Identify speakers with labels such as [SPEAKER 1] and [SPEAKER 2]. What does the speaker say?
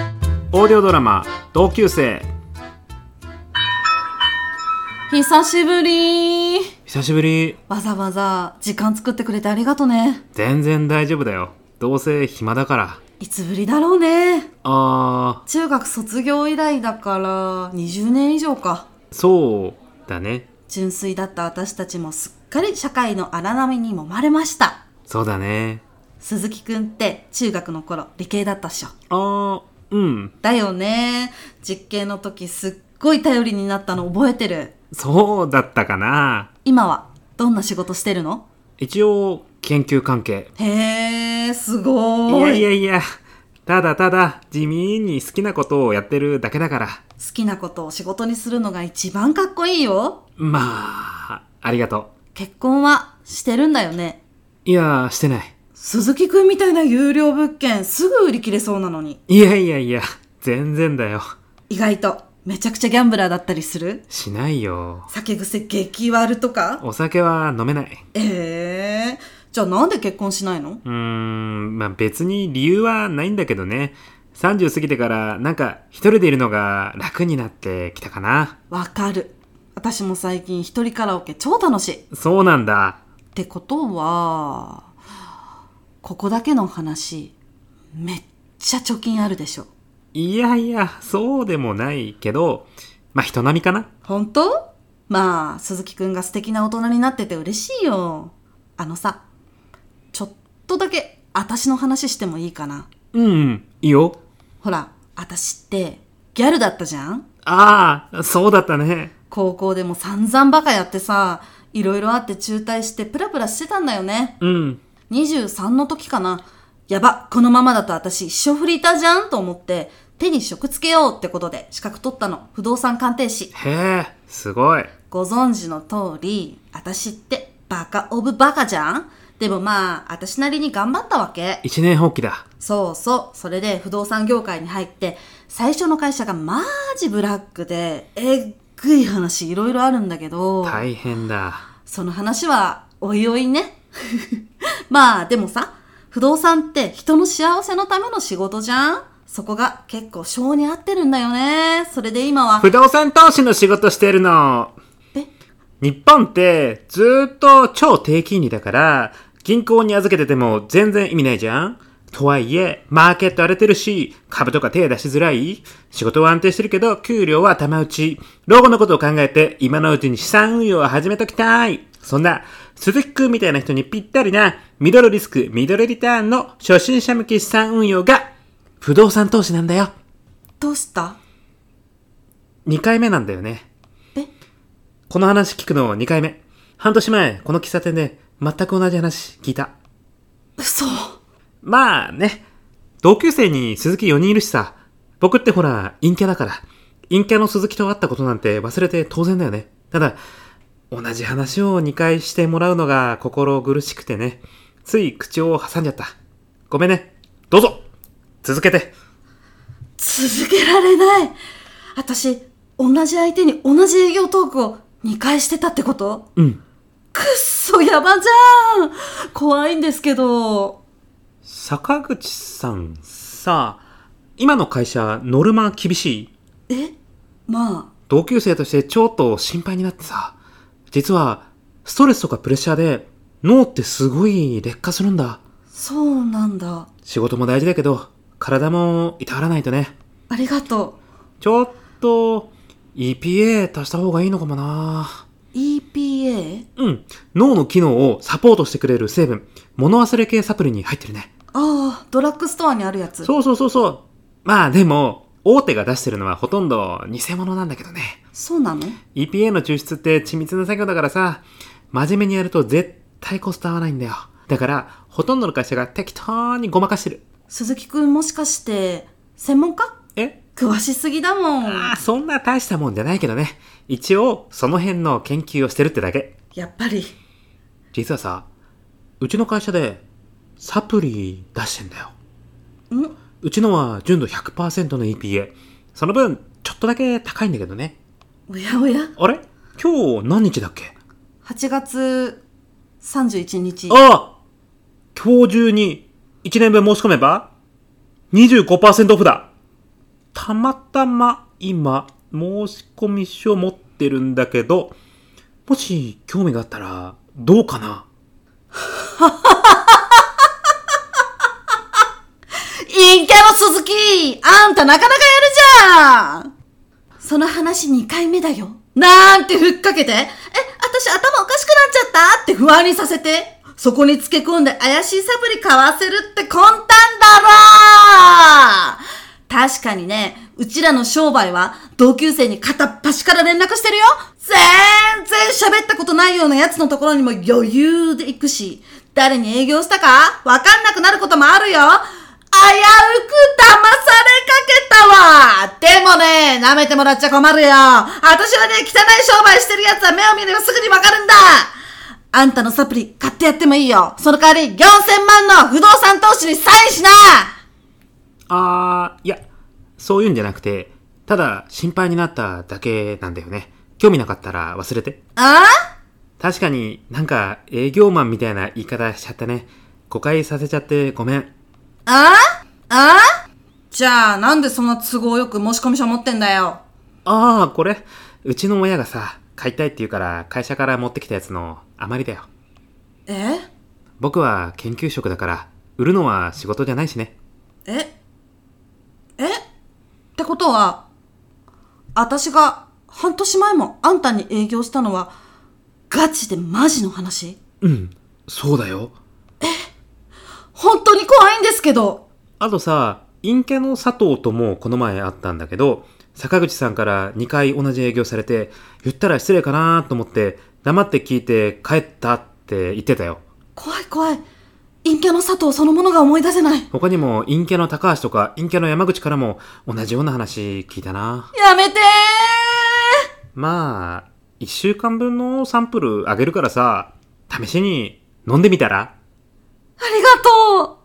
[SPEAKER 1] ーディオドラマ「同級生
[SPEAKER 2] 久しぶり」
[SPEAKER 1] 久しぶり
[SPEAKER 2] わざわざ時間作ってくれてありがとね
[SPEAKER 1] 全然大丈夫だよどうせ暇だから
[SPEAKER 2] いつぶりだろうね
[SPEAKER 1] あ
[SPEAKER 2] 中学卒業以来だから20年以上か
[SPEAKER 1] ーそうだね
[SPEAKER 2] 純粋だった私たちもすっかり社会の荒波に揉まれました
[SPEAKER 1] そうだね
[SPEAKER 2] 鈴木くんって中学の頃理系だったっしょ
[SPEAKER 1] あーうん
[SPEAKER 2] だよね実験の時すっごい頼りになったの覚えてる
[SPEAKER 1] そうだったかな
[SPEAKER 2] 今はどんな仕事してるの
[SPEAKER 1] 一応研究関係
[SPEAKER 2] へえす
[SPEAKER 1] い
[SPEAKER 2] ご
[SPEAKER 1] や
[SPEAKER 2] い
[SPEAKER 1] いやいやただただ地味に好きなことをやってるだけだから
[SPEAKER 2] 好きなことを仕事にするのが一番かっこいいよ
[SPEAKER 1] まあありがと
[SPEAKER 2] 結婚はしてるんだよね
[SPEAKER 1] ういやしてない
[SPEAKER 2] 鈴木くんみたいな有料物件すぐ売り切れそうなのに
[SPEAKER 1] いやいやいや全然だよ
[SPEAKER 2] 意外とめちゃくちゃギャンブラーだったりする
[SPEAKER 1] しないよ
[SPEAKER 2] 酒癖激悪とか
[SPEAKER 1] お酒は飲めない
[SPEAKER 2] ええじゃあなんで結婚しないの
[SPEAKER 1] うーんまあ別に理由はないんだけどね30過ぎてからなんか一人でいるのが楽になってきたかな
[SPEAKER 2] わかる私も最近一人カラオケ超楽しいっ
[SPEAKER 1] そうなんだ
[SPEAKER 2] てことはここだけの話めっちゃ貯金あるでしょ
[SPEAKER 1] いやいやそうでもないけどまあ人並みかな
[SPEAKER 2] 本当まあ鈴木くんが素敵な大人になってて嬉しいよあのさちょっとだけ私の話してもいいかな
[SPEAKER 1] うんうんいいよ
[SPEAKER 2] ほら私ってギャルだったじゃん
[SPEAKER 1] ああそうだったね
[SPEAKER 2] 高校でも散々バカやってさいろいろあって中退してプラプラしてたんだよね
[SPEAKER 1] うん
[SPEAKER 2] 23の時かなやばこのままだと私一生フリーターじゃんと思って手に職つけようってことで資格取ったの不動産鑑定士
[SPEAKER 1] へえすごい
[SPEAKER 2] ご存知の通り、私ってバカオブバカじゃんでもまあ、私なりに頑張ったわけ。
[SPEAKER 1] 一年放棄だ
[SPEAKER 2] そうそう。それで不動産業界に入って、最初の会社がマジブラックで、えっぐい話いろいろあるんだけど、
[SPEAKER 1] 大変だ
[SPEAKER 2] その話はおいおいね。 まあ、でもさ、不動産って人の幸せのための仕事じゃんそこが結構性に合ってるんだよね。それで今は、
[SPEAKER 1] 不動産投資の仕事してるの
[SPEAKER 2] え
[SPEAKER 1] 日本ってずーっと超低金利だから銀行に預けてても全然意味ないじゃんとはいえマーケット荒れてるし株とか手出しづらい仕事は安定してるけど給料は頭打ち老後のことを考えて今のうちに資産運用を始めときたいそんな鈴木くんみたいな人にぴったりなミドルリスクミドルリターンの初心者向き資産運用が不動産投資なんだよ
[SPEAKER 2] どうした
[SPEAKER 1] 2回目なんだよね
[SPEAKER 2] え
[SPEAKER 1] この話聞くの2回目。半年前、この喫茶店で全く同じ話聞いた。
[SPEAKER 2] 嘘。
[SPEAKER 1] まあね、同級生に鈴木4人いるしさ、僕ってほら、陰キャだから、陰キャの鈴木と会ったことなんて忘れて当然だよね。ただ、同じ話を2回してもらうのが心苦しくてね、つい口を挟んじゃった。ごめんね。どうぞ続けて。
[SPEAKER 2] 続けられない私同じ相手に同じ営業トークを2回してたってこと
[SPEAKER 1] うん。
[SPEAKER 2] くっそやばじゃん怖いんですけど
[SPEAKER 1] 坂口さん、さあ、今の会社、ノルマ厳しい
[SPEAKER 2] えまあ
[SPEAKER 1] 同級生としてちょっと心配になってさ、実はストレスとかプレッシャーで脳ってすごい劣化するんだ。
[SPEAKER 2] そうなんだ
[SPEAKER 1] 仕事も大事だけど、体もいたわらないとね。
[SPEAKER 2] ありがと
[SPEAKER 1] ちょっと、EPA 足した方がいいのかもな
[SPEAKER 2] う EPA?
[SPEAKER 1] うん。脳の機能をサポートしてくれる成分、物忘れ系サプリに入ってるね。
[SPEAKER 2] ああドラッグストアにあるやつそ
[SPEAKER 1] そうそうそうそう。まあでも、大手が出してるのはほとんど偽物なんだけどね。
[SPEAKER 2] うなの
[SPEAKER 1] EPA の抽出って緻密な作業だからさ、真面目にやると絶対コスト合わないんだよ。だから、ほとんどの会社が適当にごまかしてる。
[SPEAKER 2] 鈴木くんもしかして専門家
[SPEAKER 1] え
[SPEAKER 2] 詳しすぎだもん
[SPEAKER 1] ああ、そんな大したもんじゃないけどね。一応、その辺の研究をしてるってだけ。
[SPEAKER 2] やっぱり
[SPEAKER 1] 実はさ、うちの会社で、サプリ出してんだよ。
[SPEAKER 2] ん
[SPEAKER 1] うちのは純度100%の EPA。その分、ちょっとだけ高いんだけどね。
[SPEAKER 2] おやおや
[SPEAKER 1] あれ今日何日だっけ
[SPEAKER 2] 8月31日
[SPEAKER 1] ああ今日中に1年分申し込めば25%オフだたまたま今、申し込み書持ってるんだけど、もし興味があったら、どうかな
[SPEAKER 2] 陰キャの鈴木あんたなかなかやるじゃんその話2回目だよ。なんてふっかけて、え、私頭おかしくなっちゃったって不安にさせて、そこにつけ込んで怪しいサプリ買わせるって混沌だろ確かにね、うちらの商売は同級生に片っ端から連絡してるよ全然喋ったことないようなやつのところにも余裕で行くし、誰に営業したかわかんなくなることもあるよ危うく騙されかけたわでもね、舐めてもらっちゃ困るよ私はね、汚い商売してる奴は目を見ればすぐにわかるんだあんたのサプリ買ってやってもいいよその代わり4000万の不動産投資にサインしな
[SPEAKER 1] あー、いや、そういうんじゃなくて、ただ心配になっただけなんだよね。興味なかったら忘れて。
[SPEAKER 2] あ
[SPEAKER 1] 確かになんか営業マンみたいな言い方しちゃったね。誤解させちゃってごめん。
[SPEAKER 2] ああじゃあ、なんでそんな都合よく申し込み書持ってんだよ
[SPEAKER 1] ああ、これ、うちの親がさ、買いたいって言うから会社から持ってきたやつの余りだよ。
[SPEAKER 2] え
[SPEAKER 1] 僕は研究職だから、売るのは仕事じゃないしね。
[SPEAKER 2] ええってことは、私が半年前もあんたに営業したのは、ガチでマジの話
[SPEAKER 1] うん、そうだよ。
[SPEAKER 2] 本当に怖いんですけど
[SPEAKER 1] あとさ、陰キャの佐藤ともこの前会ったんだけど、坂口さんから2回同じ営業されて、言ったら失礼かなと思って、黙って聞いて帰ったって言ってたよ。
[SPEAKER 2] 怖い怖い。陰キャの佐藤そのものが思い出せない。
[SPEAKER 1] 他にも陰キャの高橋とか陰キャの山口からも同じような話聞いたな。
[SPEAKER 2] やめて
[SPEAKER 1] まあ、1週間分のサンプルあげるからさ、試しに飲んでみたら
[SPEAKER 2] ーありがとう